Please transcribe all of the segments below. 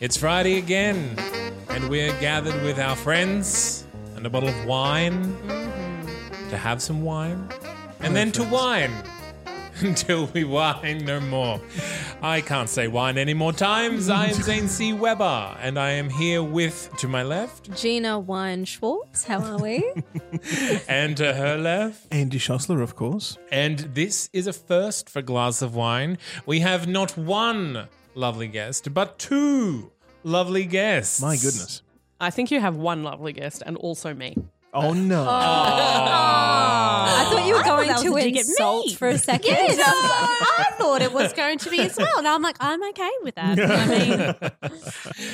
It's Friday again, and we're gathered with our friends and a bottle of wine to have some wine and then to wine until we wine no more. I can't say wine any more times. I am Zane C. Weber, and I am here with, to my left Gina Wine Schwartz. How are we? and to her left, Andy Schossler, of course. And this is a first for Glass of Wine. We have not one lovely guest, but two lovely guests. My goodness. I think you have one lovely guest and also me. uh, Oh no. I thought Oh. you were going was to a dig at insult me. for a second. Yes, I, I thought it was going to be as well, and I'm like, I'm okay with that. I mean,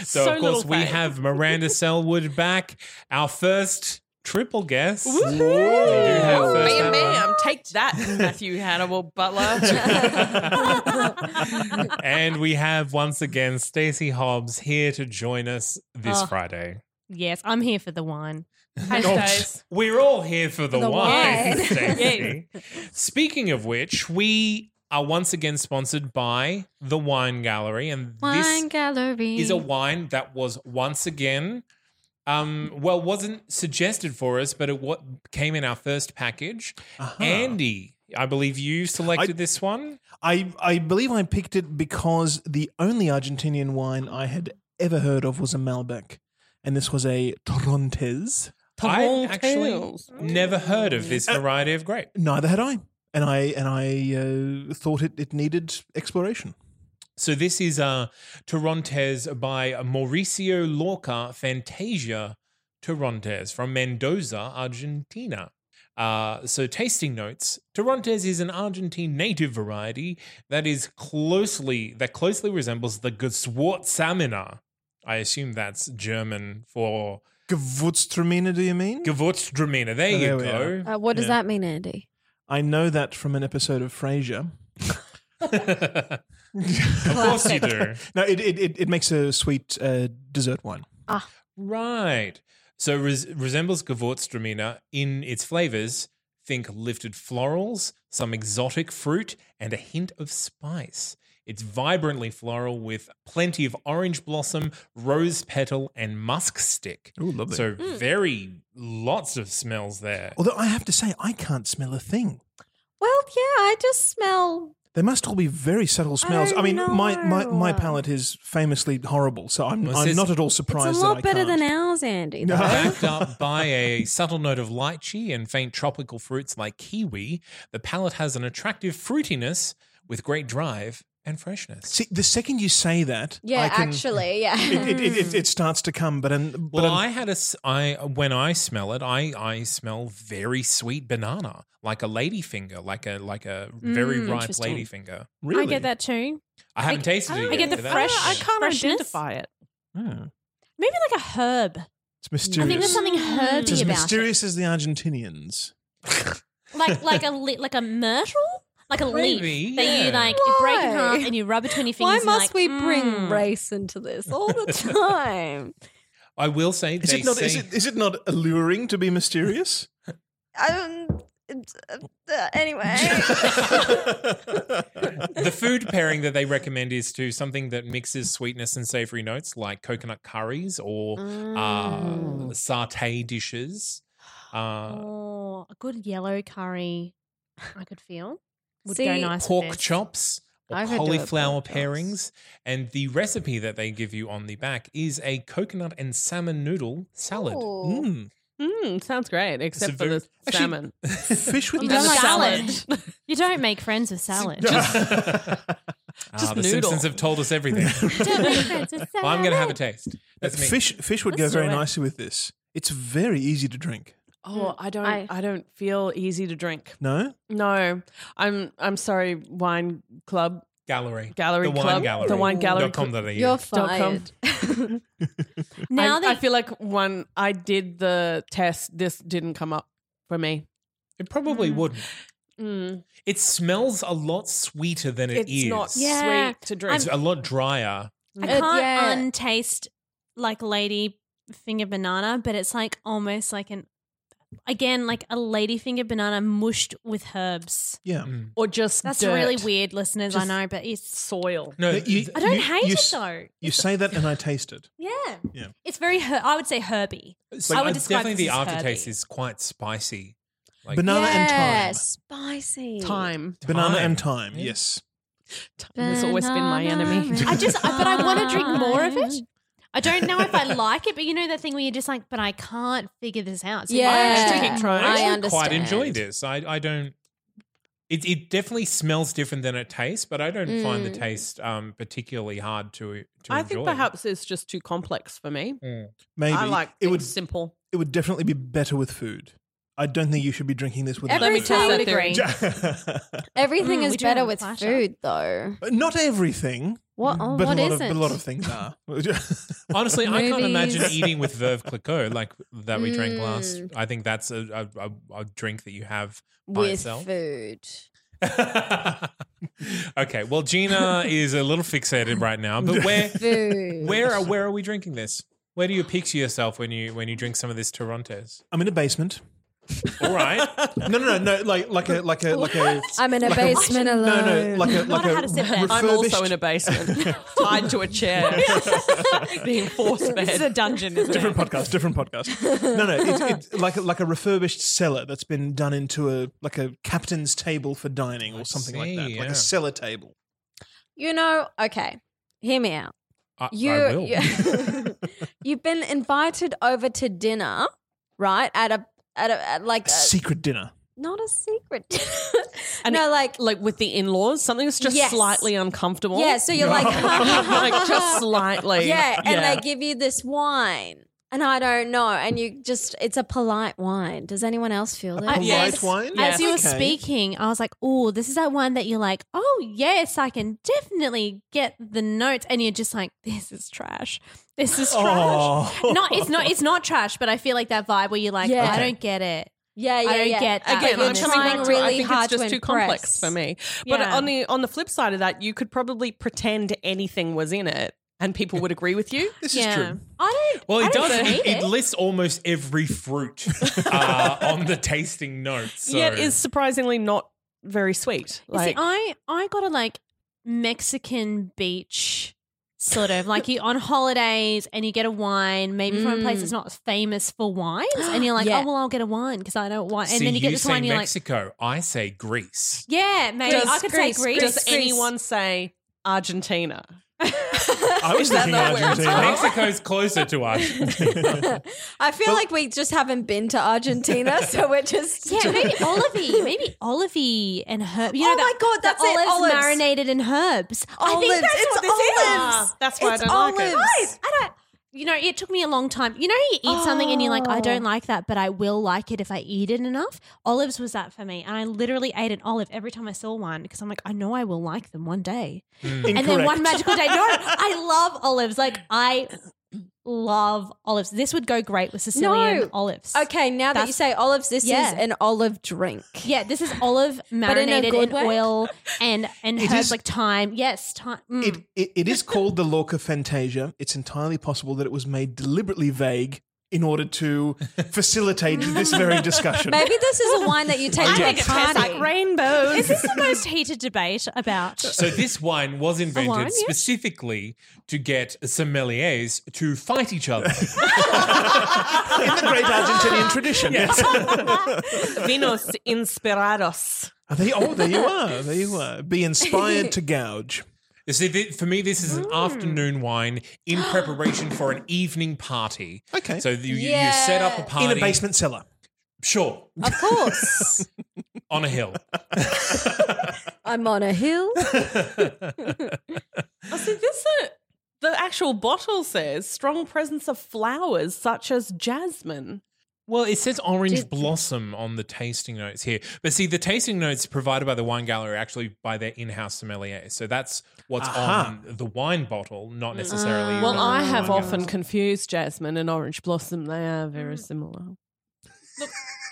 so, so of course, little we thing. have Miranda Selwood back, our first triple guest. We do have first Bam, ever. bam. Take that, Matthew Hannibal Butler. and we have once again Stacey Hobbs here to join us this Friday. yes, I'm here for the wine. Hi, Stace. We're all here for the, the wine, wine. Stacey. Speaking of which, we are once again sponsored by the Wine Gallery, and Wine this gallery. is a wine that was once again, um, well, wasn't suggested for us, but it what came in our first package. Uh-huh. Andy, I believe you selected I- this one. I, I believe I picked it because the only Argentinian wine I had ever heard of was a Malbec, and this was a Torontes. I Tall actually tales. Mm. Uh, never heard of this variety of grape. Neither had I, and I and I uh, thought it, it needed exploration. So this is uh, Torontes by Mauricio Lorca Fantasia Torontes from Mendoza, Argentina. Uh, so tasting notes. Torontes is an Argentine native variety that is closely that closely resembles the Gewurztraminer. I assume that's German for Gewurztraminer, do you mean? Gewurztraminer. There you Oh, There we go. Uh, what does Yeah. that mean, Andy? I know that from an episode of Frasier. of course you do. No, it, it, it, it makes a sweet uh, dessert wine. Right. So res- resembles Gewurztraminer in its flavors. Think lifted florals, some exotic fruit, and a hint of spice. It's vibrantly floral with plenty of orange blossom, rose petal, and musk stick. Ooh, lovely. Oh, So very lots of smells there. Although I have to say, I can't smell a thing. Well, yeah, I just smell. They must all be very subtle smells. I, I mean, my, my, know. my palate is famously horrible, so I'm, Well, it I'm says- not at all It's surprised. a that I lot better can't. than ours, Andy. No. though. Backed up by a subtle note of lychee and faint tropical fruits like kiwi, the palate has an attractive fruitiness with great drive and freshness. See, the second you say that, I Yeah, can- actually, yeah. it, it, it, it, it starts to come. But un, but Well, un- I had a s- I when I smell it, I I smell very sweet banana, like a ladyfinger, like a like a very Mm, ripe interesting. ladyfinger. really, I get that too. I haven't tasted it. I yet, get the but that's- fresh- I can't Freshness? identify it. Hmm. Maybe like a herb. It's I think mysterious. there's something it's Mm. herby as about it. mysterious as the Argentinians. Like like a li- like a myrtle, like a Maybe, leaf that yeah. you like you break in half Why? and you rub between your Why fingers. must and like, we bring mm. race into this all the time? I will say Is they it not? Is say- it, is it not alluring to be mysterious? um, it's, uh, uh, anyway, the food pairing that they recommend is to something that mixes sweetness and savory notes, like coconut curries or Mm. uh, satay dishes. Uh, Oh, a good yellow curry. I could feel would go See, nice. with pork this. chops or I've had to have cauliflower pork chops. pairings. And the recipe that they give you on the back is a coconut and salmon noodle salad. Mm. Mm, sounds great, except It's a for very- the salmon. Fish with You the don't like Salad. salad. You don't make friends with salad. Just- Just Ah, the noodle. Simpsons have told us everything. Well, I'm going to have a taste. That's me. Fish fish would Let's go very do it. nicely with this. It's very easy to drink. Oh, I don't. I- I, don't feel easy to drink. No? No, I'm. I'm sorry. Wine club Gallery. gallery The wine club. gallery. The wine gallery. Dot com Cl- dot au. You're Dot com. fired. now I, that I feel like one. I did the test. This didn't come up for me. It probably wouldn't. Mm. It smells a lot sweeter than it It's is. not Yeah. sweet to drink. It's a lot drier. I It- can't uh, yeah. untaste like lady finger banana, but it's like almost like an again like a lady finger banana mushed with herbs. Yeah. Hmm. or just That's dirt. really weird, listeners. I know, but it's Soil. No, But you- I don't hate you it s- though. You say that and I taste it. Yeah, Yeah. it's very. Her- I would say herby. so I would uh, describe definitely this the as aftertaste herby. is quite spicy. Like Banana yeah, and thyme. spicy. Time. Banana Thyme. and thyme, Yeah. yes. Time has always been my Banana enemy. and I just, I- but I want to drink more of it. I don't know if I like it, but you know that thing where you're just like, but I can't figure this out. So why don't you Yeah. drink it? Keep I trying. actually I understand. quite enjoy this. I, I don't. It, it definitely smells different than it tastes, but I don't find the Mm. taste um, particularly hard to to I enjoy. think perhaps it's just too complex for me. Mm. Maybe I like it would simple. it would definitely be better with food. I don't think you should be drinking this with Let me Everything- test I that would theory. agree. Everything Mm, is we do better have a with flash up. food, though. Not everything. What? Oh, but what a lot isn't? of but a lot of things are. Honestly, I can't imagine Movies. eating with Verve Clicquot like that we drank last. Mm. I think that's a, a, a, a drink that you have by with itself. food. okay, well, Gina is a little fixated right now, but where Food. where are where are we drinking this? Where do you picture yourself when you when you drink some of this Toronto's? I'm in a basement. All right, No, no, no, no. Like like a like a like a. I'm in a like basement no, alone. no, like a like a a, how to sit down. I'm also refurbished- in a basement, tied to a chair, being force fed. It's a dungeon, isn't different it? podcast, different podcast. No, no, it's, it's like a, like a refurbished cellar that's been done into a like a captain's table for dining or something like that, see, like yeah. a cellar table. You know, okay, hear me out. I, You, I will. you you've been invited over to dinner, right? At a at a at like A a, secret dinner. not a secret. And no, it- like like with the in-laws, something that's just Yes. slightly uncomfortable. yeah. So you're like, like just slightly. yeah, and they give you this wine, and I don't know, and you just it's a polite wine. Does anyone else feel that? I- Polite yes. wine. As you were Okay. speaking, I was like, "Oh, this is that one that you're like, oh yes, I can definitely get the notes," and you're just like, "This is trash. This is trash." Oh. Not it's not it's not trash, but I feel like that vibe where you're like, Yeah. "I Okay. don't get it." yeah, yeah, I don't yeah. get that. Again, Like, I'm you're coming back trying to, I really think hard it's just to too complex impress. for me. But Yeah. on the on the flip side of that, you could probably pretend anything was in it, and people would agree with you. This yeah, is true. I don't. Well, I it don't does. hate It, it. it lists almost every fruit uh, on the tasting notes. So. Yet is surprisingly not very sweet. You see, I I got a like Mexican beach sort of like you on holidays and you get a wine maybe from a place that's not famous for wines and you're like Yeah. oh well I'll get a wine because I don't want and See, then you get this say wine and you're like Mexico. I say Greece. yeah maybe Does I could Greece- say Greece does Greece- anyone say Argentina? I was that thinking not where Oh. it's Argentina. Mexico's closer to us. I feel like we just haven't been to Argentina, so we're just yeah maybe olivey maybe olivey and herb you know Oh my that- God, the that's it, olives olives. marinated in herbs I think Olives, that's it's what this olives. is That's why Ah, It's I don't like it. olives. Guys, I don't. You know, it took me a long time. You know, you eat something and you're like, I Oh. don't like that, but I will like it if I eat it enough. Olives was that for me, and I literally ate an olive every time I saw one because I'm like, I know I will like them one day. And then one magical day, no, I love olives. Like I love olives. This would go great with Sicilian No. olives. Okay, now that you That's- say olives, this Yeah. is an olive drink. Yeah, this is olive But in a marinated good in, way? oil and and It herbs is- like thyme. Yes, thyme. Mm. It, it, it is called the Lorca Fantasia. It's entirely possible that it was made deliberately vague in order to facilitate this very discussion. Maybe this is a wine that you take I to a think it party. tastes like rainbows. Is this the most heated debate about? so this wine was invented wine, yes. specifically to get sommeliers to fight each other. In the great Argentinian tradition. Yes. Vinos inspirados. Are they, oh, there you are. There you are. Be inspired to gouge. You See, thi- for me, this Hmm. is an afternoon wine in preparation for an evening party. Okay. So you, you- you set up a Yeah. party In a basement cellar. Sure, Of course. on a hill. I'm on a hill. Oh, see, this uh, the actual bottle says strong presence of flowers such as jasmine. Well, it says orange Did- blossom on the tasting notes here. But see, the tasting notes provided by the wine gallery are actually by their in house sommelier. So that's what's Aha. on the wine bottle, not necessarily. on Well, I the have wine often gallery. confused jasmine and orange blossom. They are very similar.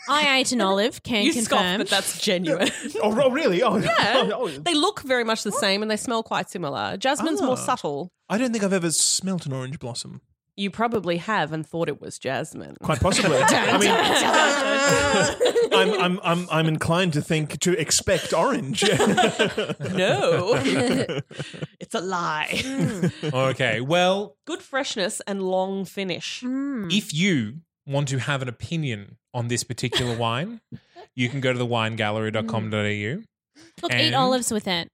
I ate an olive. Can you scoff, confirm. but that's genuine. Oh, oh, really? Oh, Yeah. oh, oh. they look very much the same and they smell quite similar. Jasmine's Ah. more subtle. I don't think I've ever smelt an orange blossom. You probably have and thought it was jasmine. Quite possibly. I mean, I'm, I'm, I'm, I'm inclined to think to expect orange. No, it's a lie. Okay. Well, Hmm. Good freshness and long finish. if you want to have an opinion on this particular wine, you can go to the winegallery.com.au. Look, And- eat olives with it.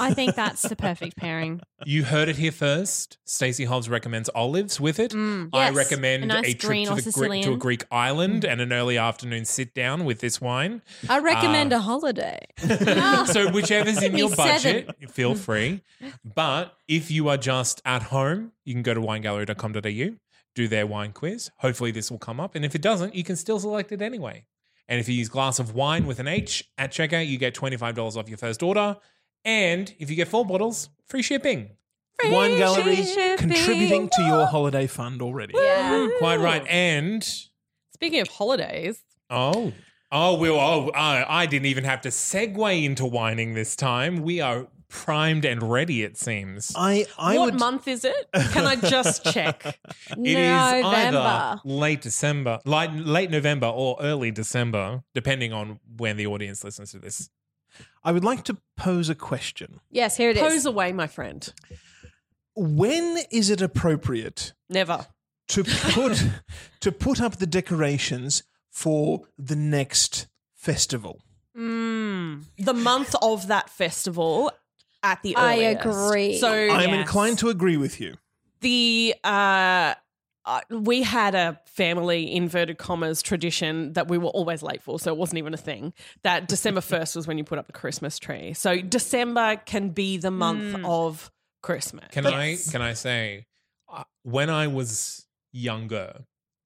I think that's the perfect pairing. You heard it here first. Stacey Hobbs recommends olives with it. Mm, I yes. recommend A a, nice trip green to, the or Greek, to a Sicilian. Greek island and an early afternoon sit down with this wine. I recommend a holiday. so whichever's in Me your budget, seven. feel free. But if you are just at home, you can go to winegallery.com.au, do their wine quiz. Hopefully this will come up. And if it doesn't, you can still select it anyway. And if you use glass of wine with an H at checkout, you get $25 off your first order. And if you get four bottles, free shipping. Wine gallery shipping. contributing to your holiday fund already. Yeah. Quite right. And Speaking of holidays, oh. Oh, we oh, oh, I didn't even have to segue into whining this time. We are primed and ready, it seems. I, I what would. month is it? Can I just check? It is either November. late December, late, late November, or early December, depending on when the audience listens to this. I would like to pose a question. Yes, here it is. Pose away, my friend. When is it appropriate Never. to put to put up the decorations for the next festival? The month of that festival at the I earliest. agree. So I am inclined to agree with you. the uh, uh, we had a family inverted commas tradition that we were always late for, so it wasn't even a thing. That December first was when you put up the Christmas tree. So December can be the month of Christmas. Can I can I say uh, when I was younger,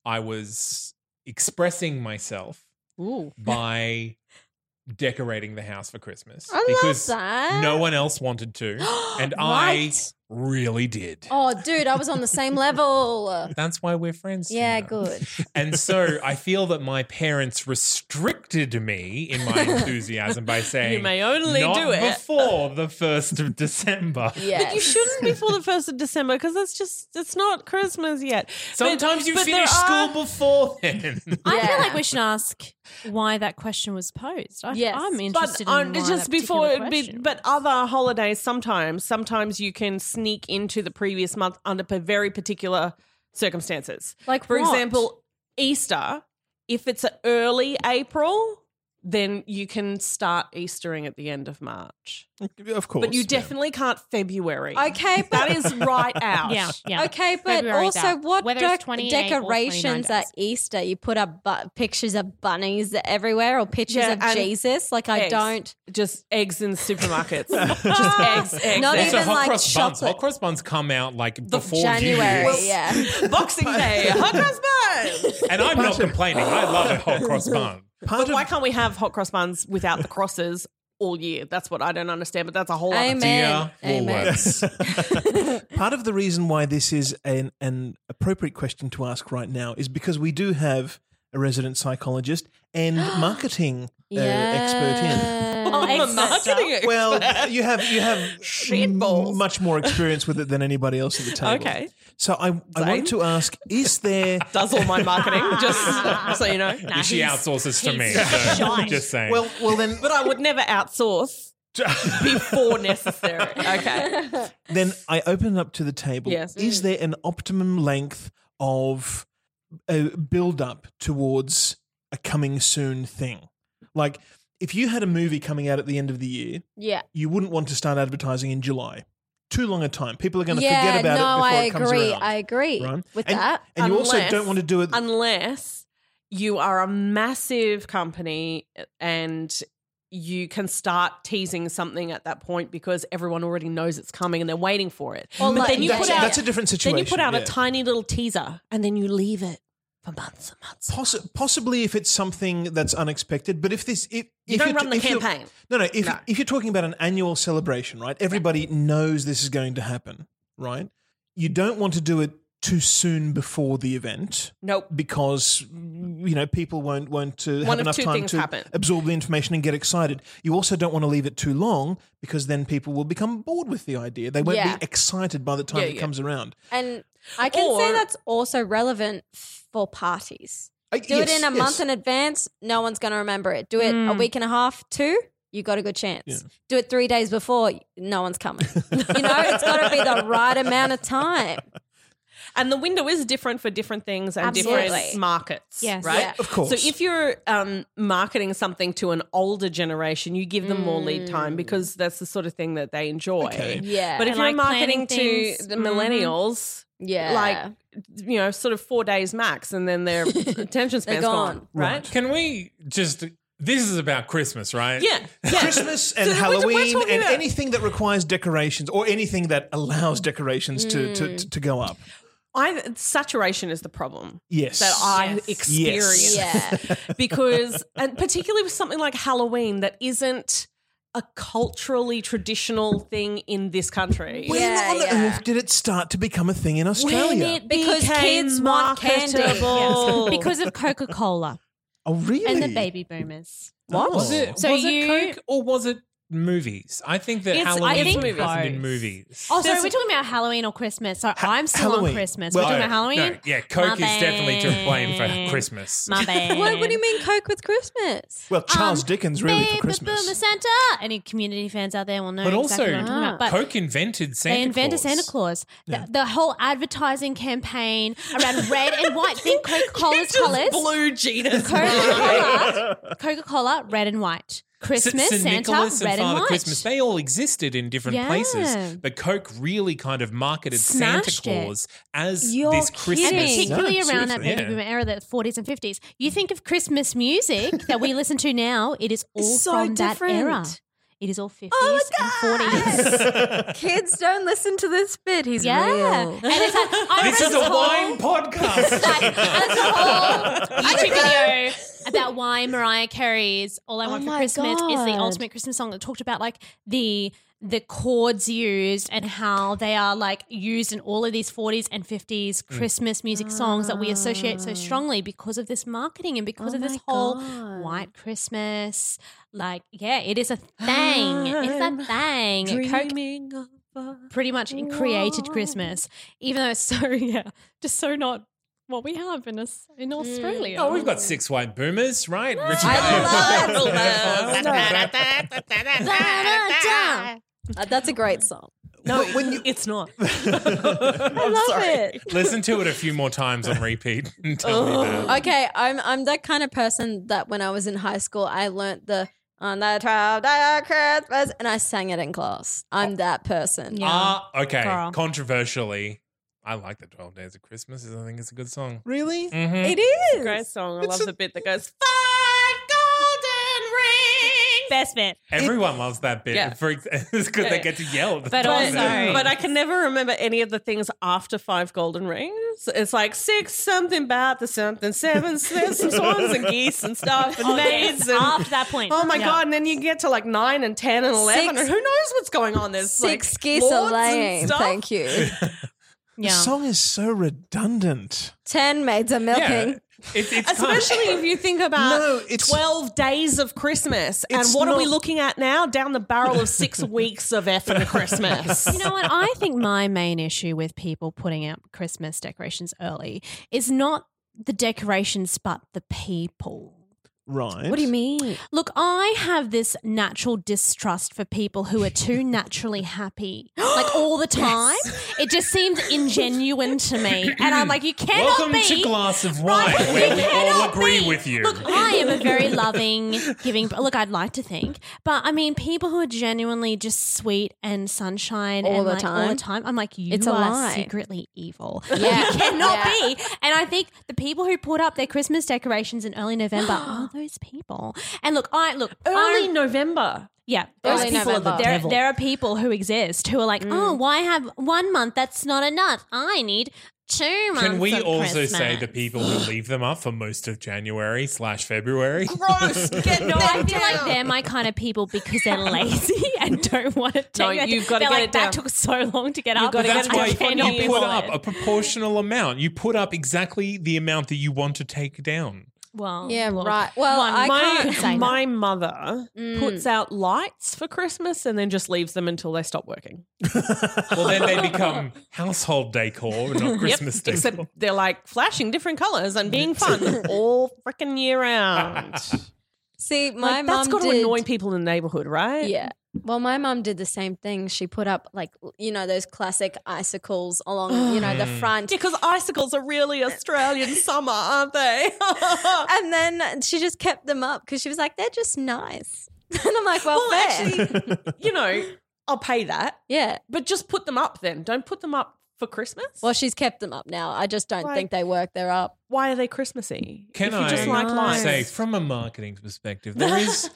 I was expressing myself Ooh. by decorating the house for Christmas I love because that. no one else wanted to, and I Right. really did. Oh, dude, I was on the same level. That's why we're friends. Yeah, you know. good. And so I feel that my parents restricted me in my enthusiasm by saying, You may only "Not do it." before the 1st of December. Yes. But you shouldn't before the first of December because that's just it's not Christmas yet. But- Sometimes you but there finish are- school before then. I Yeah. feel like we should ask why that question was posed. I, Yes. I'm But uh, interested on- in why just that before particular it'd be- question but was. other holidays sometimes sometimes you can sneak into the previous month under p- very particular circumstances Like for what? example easter if it's early april then you can start eastering at the end of march Of course. but you yeah. definitely can't february Okay, but that is right out yeah, yeah. Okay, but February also, that. what Whether it's dec- 28 or 29 decorations days. at Easter? You put up bu- pictures of bunnies everywhere, or pictures Yeah, of and Jesus? Like, I Eggs. don't. just eggs in supermarkets just eggs eggs, Not eggs. also, even hot like cross buns. chocolate. Hot cross buns come out like before January, You. yeah. boxing day hot cross buns And I'm not complaining. I love a hot cross bun. Part Why of, can't we have hot cross buns without the crosses all year? That's what I don't understand, but that's a whole other Amen. Dear Amen. Woolworths. part of the reason why this is an, an appropriate question to ask right now is because we do have a resident psychologist and marketing uh, expert in. Oh, I'm a marketing expert. Well, you have you have Shit balls. much more experience with it than anybody else at the table. Okay. So I, I Zane? want to ask: Is there does all my marketing, just so you know. she outsources to me. he's so shite. just saying. well well then But I would never outsource before necessary. Okay. then I open up to the table. Yes. Mm. Is there an optimum length of a build up towards a coming soon thing? Like if you had a movie coming out at the end of the year, Yeah. you wouldn't want to start advertising in July. Too long a time. People are going to yeah, forget about it no, before I it comes agree. around. I agree right? with and, that. And you also Unless- don't want to do it Unless you are a massive company and you can start teasing something at that point because everyone already knows it's coming and they're waiting for it. Or but like- then you that's, put out that's a different situation. then you put out yeah. a tiny little teaser and then you leave it for months and months. Possi- possibly if it's something that's unexpected, but if this, if, You if don't you're- run the if you're- campaign. No, no. If No. if you're talking about an annual celebration, right? Everybody knows this is going to happen, right? You don't want to do it too soon before the event Nope. because you know people won't won't uh, One have of enough two time things to happen. absorb the information and get excited. You also don't want to leave it too long because then people will become bored with the idea. They won't Yeah. be excited by the time Yeah, it yeah. comes around. And I can Or- say that's also relevant for parties. Uh, Do yes, it in a yes. month in advance, no one's going to remember it. Do it a week and a half, two, you got a good chance. Do it three days before, no one's coming. you know, it's got to be the right amount of time. And the window is different for different things and different Absolutely. markets. Yes. Right? Yeah. Of course. So if you're um, marketing something to an older generation, you give them more lead time because that's the sort of thing that they enjoy. Okay. Yeah. But if I you're Mm. like marketing planning to things. the Mhm. millennials, yeah. like you know, sort of four days max, and then their attention span's gone. gone. right? Can we just? This is about Christmas, right? Yeah, yeah. Christmas and So we're- we're Halloween talking and about- anything that requires decorations or anything that allows decorations to, to, to, to go up. I saturation is the problem. Yes. that I Yes. experience. yeah. because and particularly with something like Halloween that isn't a culturally traditional thing in this country. Well, When Yeah, on the yeah. earth did it start to become a thing in Australia? Because became kids want candy. marketable. because of Coca Cola oh, really? Oh. and the baby boomers. What? Was it? So was you- it Coke or was it movies? I think that It's- I Halloween think was present in both. movies. Oh, sorry, we're talking about Halloween or Christmas. So I'm still Halloween. on Christmas. Well, we're talking No, about Halloween. no, yeah, Coke My is definitely to blame for bad. Christmas. My bad. What, what do you mean Coke with Christmas? well, Charles Um, Dickens really Baby for Boomer Christmas. Santa. Any community fans out there will know But exactly also, what I'm talking about. But Coke invented Santa they invented Claus. Santa Claus. The, the whole advertising campaign around red and white. Think Coca Cola's colours. blue Genius. Coca Cola, Coca Cola, red and white. S- Christmas, St. Santa, Nicholas red and Father and white. Christmas. They all existed in different Yeah. places, but Coke really kind of marketed Santa Smashed it. Claus as You're this and Christmas. kidding. particularly No, around that seriously. baby Yeah. boomer era, the 40s and 50s. You think of Christmas music that we listen to now, it is all so from different. Oh, that era. It is all 50s God. and 40s. Kids don't listen to this bit. He's Yeah. real. And it's like, I This is remember a whole- wine podcast. Like, there's a whole YouTube video about why Mariah Carey's "All I Want for Oh my Christmas" is the God. ultimate Christmas song that talked about like the the chords used and how they are like used in all of these 40s and 50s Christmas music songs that we associate Ah. so strongly because of this marketing Oh and because of this whole white Christmas. Like, yeah, it is a thing. It's a thing. Coke Dreaming of a- pretty much it created Christmas, even though it's so yeah, just so not what we have in us in Mm. Australia. Oh, we've got six white boomers, right? Richard I Pryor. love Uh, that's a great song. No, when you, it's not. I love it. Listen to it a few more times on repeat and tell me about it. Okay, I'm I'm that kind of person that when I was in high school, I learnt the on the twelfth day of Christmas, and I sang it in class. I'm that person. Yeah. Ah, okay. Girl. Controversially, I like the Twelve Days of Christmas. I think it's a good song. Really? Mm-hmm. It is. Great song. I It's love a- the bit that goes five golden rings. Best bit. Everyone loves that bit. Yeah. For ex- it's because they get to yell. At the But top of also- it. But uh, I can never remember any of the things after five golden rings. It's like six something about the something, seven s- some swans and geese and stuff and Oh, maids. yes, and- after that point. Oh my Yeah. god! And then you get to like nine and ten and eleven, Six- and who knows what's going on? There's Six like geese lords are and laying. stuff. Thank you. The Yeah. song is so redundant. Ten maids are milking. yeah, It- it's Especially if you think about No, it's- 12 days of Christmas. And It's what are we not- looking at now? Down the barrel of six weeks of effing Christmas. You know what? I think my main issue with people putting out Christmas decorations early is not the decorations, but the people. Right. What do you mean? Look, I have this natural distrust for people who are too naturally happy, like all the time. It just seems ingenuine to me, and I'm like, you cannot Welcome be. to Glass of Wine, Right, where you we all cannot agree be. with you. Look, I am a very loving, giving. Look, I'd like to think, but I mean, people who are genuinely just sweet and sunshine All and the like, all the time. time, I'm like, you It's a are lie. secretly evil. Yeah. you cannot Yeah. be. And I think the people who put up their Christmas decorations in early November are those those people. And look, I look Early I'm- November. Yeah, Those those people people. are the there, devil. there are people who exist who are like, Mm. oh, why have one month? That's not enough. I need two months. Can we of also say Christmas." the people who leave them up for most of January slash February? Oh Gross. Get No, I feel like they're my kind of people because they're lazy and don't want to take. No, it. you've gotta They're get like, it That down." took so long to get up. gotta That's get it why I down. cannot you be put bothered." up a proportional amount. You put up exactly the amount that you want to take down. Well, Yeah, look, right. Well, one I month can't- could say My, that. my mother Mm. puts out lights for Christmas and then just leaves them until they stop working. Well, then they become household decor, not Christmas decor. Except they're like flashing different colors and being fun all freaking year round. See, my Like, mum that's got to did- annoy people in the neighborhood, right? Yeah. Well, my mum did the same thing. She put up like you know those classic icicles along you know the front. Because icicles are really Australian summer, aren't they? And then she just kept them up because she was like, they're just nice. And I'm like, well, well, fair. actually, you know, I'll pay that, yeah. but just put them up then. Don't put them up for Christmas. Well, she's kept them up now. I just don't Like- think they work. They're up. Why are they Christmassy? Can if you I just like lights. say, from a marketing perspective, there is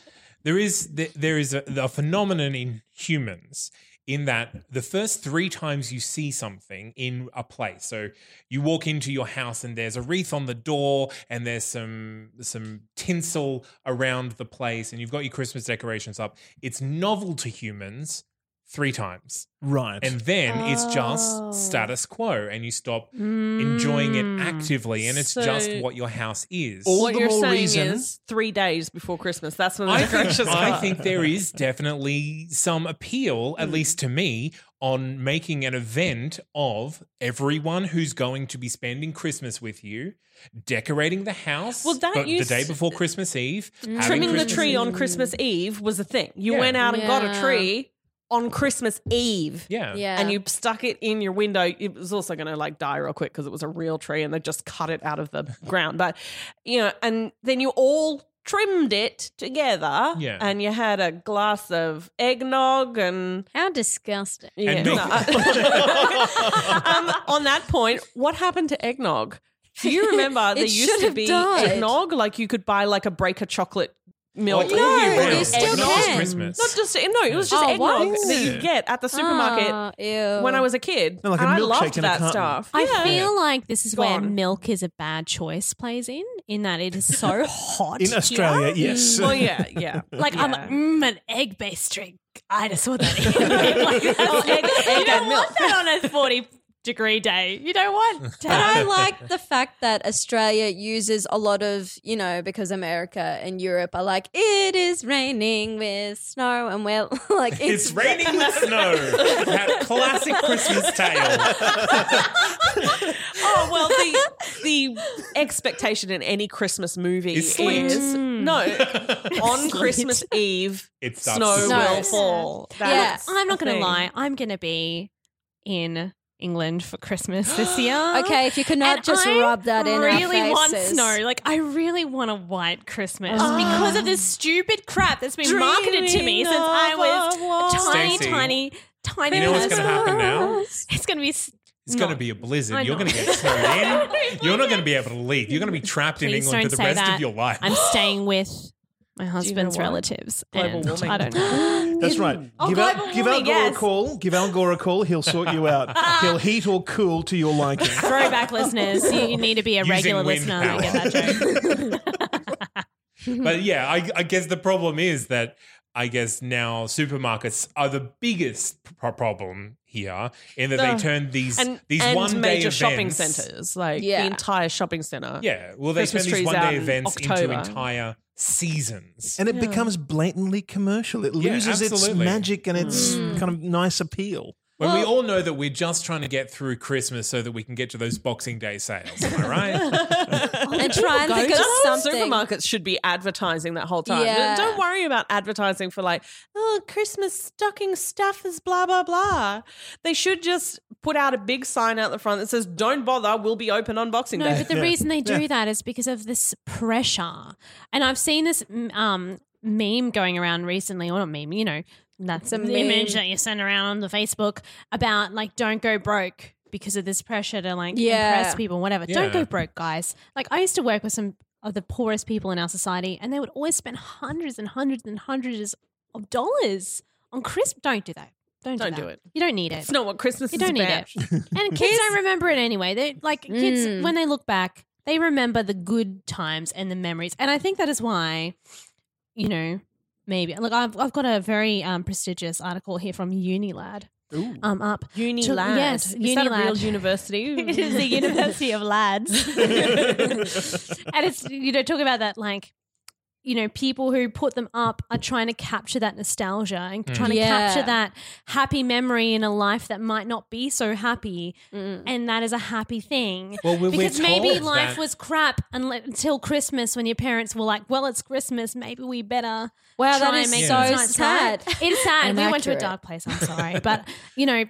there is there, there is a, a phenomenon in humans in that the first three times you see something in a place, so you walk into your house and there's a wreath on the door and there's some some tinsel around the place and you've got your Christmas decorations up. It's novel to humans three times. Right. And then it's Oh. just status quo and you stop enjoying it actively and it's Hmm. So- just what your house is. All what the you're more saying reason- is three days before Christmas. That's when the I think, decorations I come. think there is definitely some appeal, Hmm. at least to me, on making an event of everyone who's going to be spending Christmas with you, decorating the house Well, that but the used- Hmm. day before Christmas Eve, having trimming the Christmas- tree on Christmas Eve was a thing. You Yeah. went out and got Yeah. a tree on Christmas Eve. Yeah. Yeah. And you stuck it in your window. It was also going to like die real quick because it was a real tree and they just cut it out of the ground. But, you know, and then you all trimmed it together. Yeah. And you had a glass of eggnog and. How disgusting. Yeah, milk. um, on that point, what happened to eggnog? Do you remember It there should used to have be died. eggnog? Like you could buy like a breaker chocolate milk. Like, all year No, round, you like, still not just can. Christmas. Not just no, it was just Oh, eggnog what? that you get at the supermarket Oh, ew. when I was a kid. No, like a and I milkshake loved in a that carton. stuff. I Yeah. feel like this is where Gone. milk is a bad choice plays in, in that it is so hot in here. Australia, yes. Well, yeah, yeah. Like I'm like, Yeah. mm, an egg based drink. I just want that. like, Oh, that's- egg- you egg don't and want that on a forty degree day. You don't want. But To- I like the fact that Australia uses a lot of, you know, because America and Europe are like, it is raining with snow, and we're like, it's raining with snow. That classic Christmas tale. oh well, the the expectation in any Christmas movie Is sleet. is Mm. no on Christmas Eve It starts snow to snow. will fall. Yeah. That's I'm not the going thing. to lie. I'm going to be in England for Christmas this year. Okay, if you could not And just I rub that in, our Really want faces. Ah. snow. Like I really want a white Christmas because of this stupid crap that's been marketed to me Dreaming since I of a was a white tiny, Stacey, tiny, tiny. You know what's person. going to happen now? It's going to be. s- It's going to No. be a blizzard. I You're know. going to get snowed in. You're not going to be able to leave. You're going to be trapped in Please England for don't the say rest that. of your life. I'm staying with my husband's what? relatives. Global and warming. I don't know. That's right. Oh, give Al, global give Al warming, Gore yes. a call. Give Al Gore a call. He'll sort you out. He'll heat or cool to your liking. Throwback listeners, you you need to be a Using regular wind listener to power. get that joke. but yeah, I, I guess the problem is that I guess now supermarkets are the biggest pro- problem here in that Ugh. they turn these And these and one day major shopping events- centers, like Yeah. the entire shopping center. Yeah, well, they Christmas turn these trees one out day in events into October. entire seasons. And it becomes blatantly commercial. It Yeah, loses its absolutely. magic and its kind of nice appeal. when we all know that we're just trying to get through Christmas so that we can get to those Boxing Day sales, am I right? And try and Go think of to- something. Supermarkets should be advertising that whole time. Yeah. Don't worry about advertising for like, oh, Christmas stocking stuffers, blah, blah, blah. They should just put out a big sign out the front that says, don't bother, we'll be open on Boxing No, Day. but the reason they do that is because of this pressure. And I've seen this mm, um, meme going around recently, or not meme, you know, that's a an meme. image that you send around on the Facebook about like don't go broke because of this pressure to like Yeah. impress people, whatever. Yeah. Don't go broke, guys. Like I used to work with some of the poorest people in our society, and they would always spend hundreds and hundreds and hundreds of dollars on crisp. Don't do that. Don't do Don't that. do it. You don't need it. It's not what Christmas you is don't need about. it. And kids don't remember it anyway. They like kids Mm. when they look back, they remember the good times and the memories. And I think that is why, you know, maybe look, I've I've got a very um, prestigious article here from UniLad. Um, up To- Unilad. Yes, is that a real Unilad. university? it is the University of Lads. and it's, you know, talk about that, like, you know, people who put them up are trying to capture that nostalgia and Mm. trying to Yeah. capture that happy memory in a life that might not be so happy. Mm. And that is a happy thing. Well, we- we're because maybe told life that- was crap unle- until Christmas when your parents were like, well, it's Christmas. Maybe we better. Wow, that try and is make so things nice, right?" sad. It's sad. And we went to a accurate. dark place. I'm sorry. But, you know,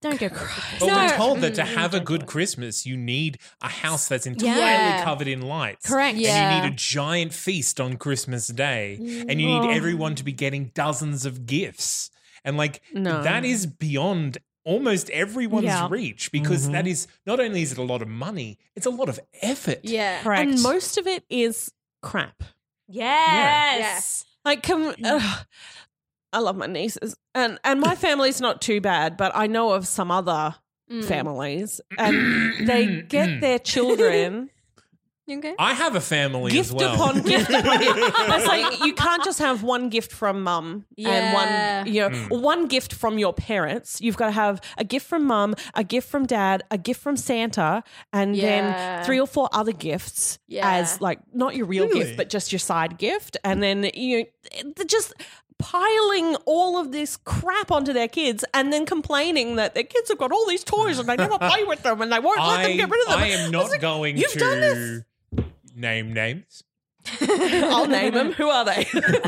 don't go crazy. But No. we're told that to have a good Christmas, you need a house that's entirely Yeah. covered in lights. Correct. And Yeah. you need a giant feast on Christmas Day. And you need everyone to be getting dozens of gifts. And like No. that is beyond almost everyone's Yeah. reach because that is not only is it a lot of money, it's a lot of effort. Yeah. Correct. And most of it is crap. Yes. Like, can, ugh. I love my nieces, and and my family's not too bad, but I know of some other families, and they get their children You okay? I have a family gift as well. upon gift. upon gift. It's like you can't just have one gift from mum Yeah. and one, you know, Hmm. or one gift from your parents. You've got to have a gift from mum, a gift from dad, a gift from Santa, and Yeah. then three or four other gifts Yeah. as like not your real gift, but just your side gift, and then you know, they're just piling all of this crap onto their kids and then complaining that their kids have got all these toys and they never play with them and they won't let them I, get rid of them. I am It's not like, going You've done this. to name names. I'll name them. Who are they?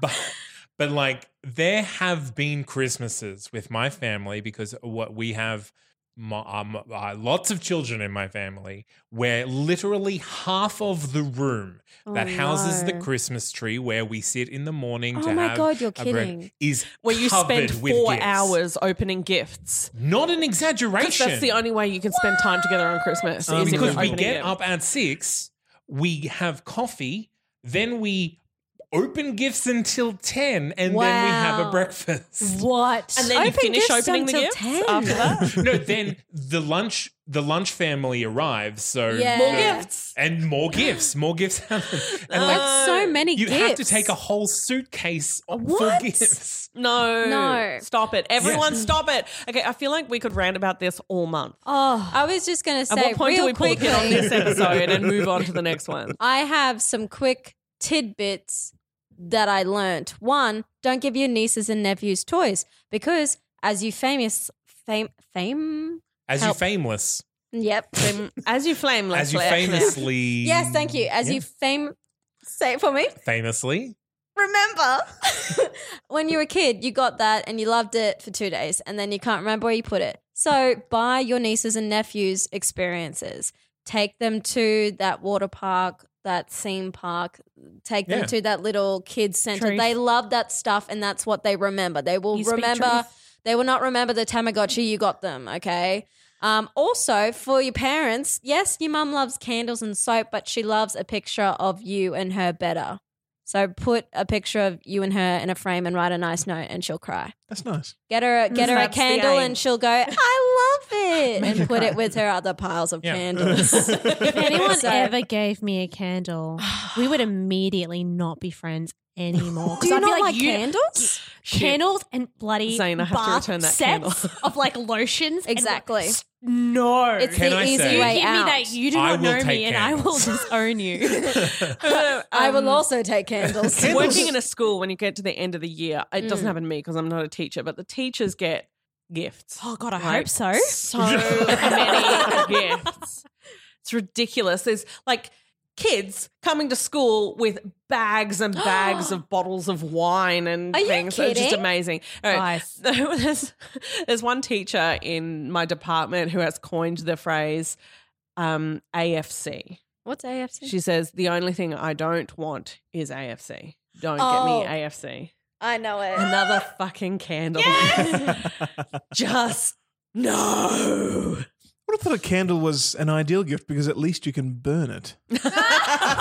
but but like there have been Christmases with my family because what we have my, um, uh, lots of children in my family where literally half of the room Oh, that houses the no. Christmas tree where we sit in the morning Oh to my have God, you're a bre- kidding. is Where you covered spend with four gifts. hours opening gifts. Not an 'Cause exaggeration. That's the only way you can spend time together on Christmas. Um, is if you're because we opening get it. up at six, we have coffee, then we open gifts until ten, and then we have a Wow. breakfast. What? and then you Open finish gifts opening the until gifts 10. after that. no, then the lunch the lunch family arrives, so Yeah. More Yeah. gifts. and more gifts, more gifts happen, and That's so Oh, many like you gifts. have to take a whole suitcase of What? for gifts. No, No. stop it, everyone, stop it. Okay, I feel like we could rant about this all month. Oh, I was just going to say, At what point real do we pull the quickly, pin on this episode and move on to the next one? I have some quick tidbits that I learned. One, don't give your nieces and nephews toys because, as you famous fame fame, As Help. you fameless, yep, As you flame, as you famously, yes, thank you. As you fame, say it for me. famously, remember when you were a kid, you got that and you loved it for two days, and then you can't remember where you put it. So buy your nieces and nephews experiences. Take them to that water park, that theme park. Take them Yeah. to that little kids center. Truth. They love that stuff, and that's what they remember. They will You speak remember. truth. They will not remember the Tamagotchi you got them. Okay. Um, also, for your parents, yes, your mum loves candles and soap, but she loves a picture of you and her better. So put a picture of you and her in a frame and write a nice note, and she'll cry. That's nice. Get her, get her a That's the candle, aim. and she'll go, "I love it," and put it with her other piles of Yeah. candles. If anyone So- ever gave me a candle, we would immediately not be friends anymore. 'Cause do you I'd be not like, "You- candles? Candles and bloody Zane, I have to bath return that sets of like lotions. and, like, Exactly. s- no. It's Can the I easy say- you way give out. me that. You do I not will know take me, and I will candles. disown you. I um, will also take candles. Um, working in a school when you get to the end of the year, it Mm. doesn't happen to me because I'm not a teacher, but the teachers get gifts. oh God, I Like, hope so. So many gifts. It's ridiculous. There's like kids coming to school with bags and bags of bottles of wine and Are you things. It's just kidding? amazing. All right. there's, there's one teacher in my department who has coined the phrase um, AFC. What's AFC? She says, The only thing I don't want is AFC. Don't Oh. get me AFC. I know it. Another fucking candle. Just no. What would have thought a candle was an ideal gift because at least you can burn it.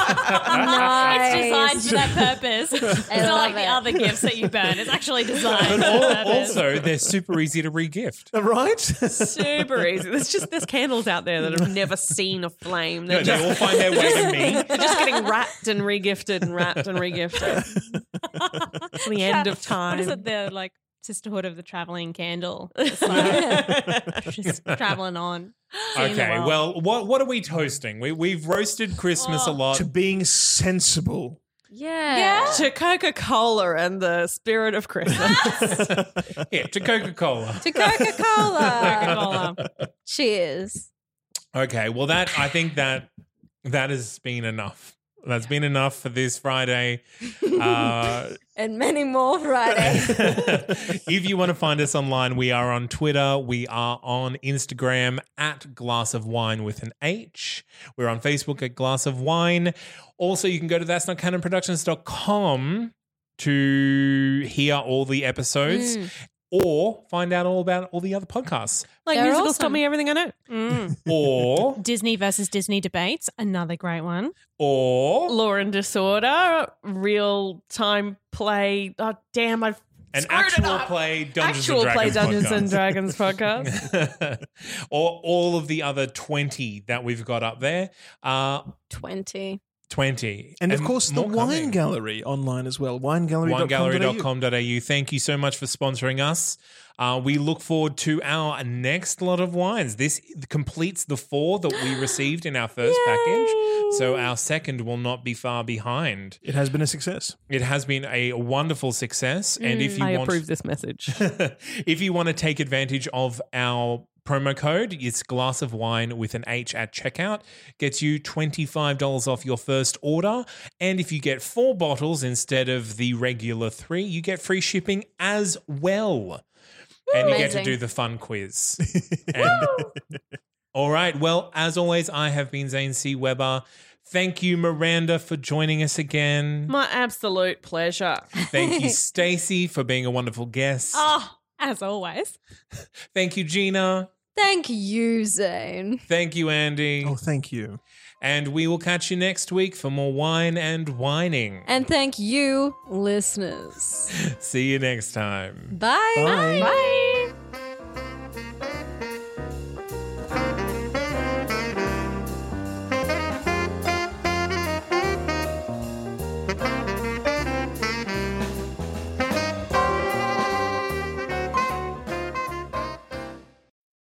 Nice. It's designed for that purpose. it's not like the other gifts that you burn. It's actually designed for But that al- purpose. also, they're super easy to regift. Right? Super easy. There's just there's candles out there that have never seen a flame. They're No, just they all find their way to me. They're just getting wrapped and regifted and wrapped and regifted. It's the end of time. What is it? The like sisterhood of the traveling candle. It's like, just traveling on. seeing the Okay, world. well, what what are we toasting? We we've roasted Christmas a lot. to being sensible. Yeah. To Coca Cola and the spirit of Christmas. Yeah, to Coca Cola. To Coca Cola. Cola. Cheers. Okay, well that I think that that has been enough. That's been enough for this Friday. Uh, And many more Fridays. if you want to find us online, we are on Twitter. We are on Instagram at Glass of Wine with an H. We're on Facebook at Glass of Wine. Also, you can go to that's not canon productions.com to hear all the episodes Hmm. or find out all about all the other podcasts. like They're musicals awesome. taught me everything I know. Or, Disney versus Disney debates. Another great one. or, Law and Disorder, real time play. Oh damn! I an screwed it actual up. play Dungeons actual and play Dragons Dungeons podcast. and Dragons podcast. or all of the other 20 that we've got up there. Uh, 20. 20. And, of course, the more wine coming. gallery online as well. Winegallery.com.au. winegallery.com.au. Thank you so much for sponsoring us. Uh, we look forward to our next lot of wines. This completes the four that we received in our first package. So our second will not be far behind. It has been a success. It has been a wonderful success. and if you Mm, I want approve this message. if you want to take advantage of our promo code, it's glass of wine with an H at checkout. Gets you $25 off your first order. And if you get four bottles instead of the regular three, you get free shipping as well. And you get to Amazing. do the fun quiz. And- all right. Well, as always, I have been Zane C. Weber. Thank you, Miranda, for joining us again. My absolute pleasure. Thank you, Stacey, for being a wonderful guest. Oh, as always. Thank you, Gina. Thank you, Zane. Thank you, Andy. Oh, thank you. And we will catch you next week for more wine and whining. And thank you, listeners. See you next time. Bye. Bye. Bye.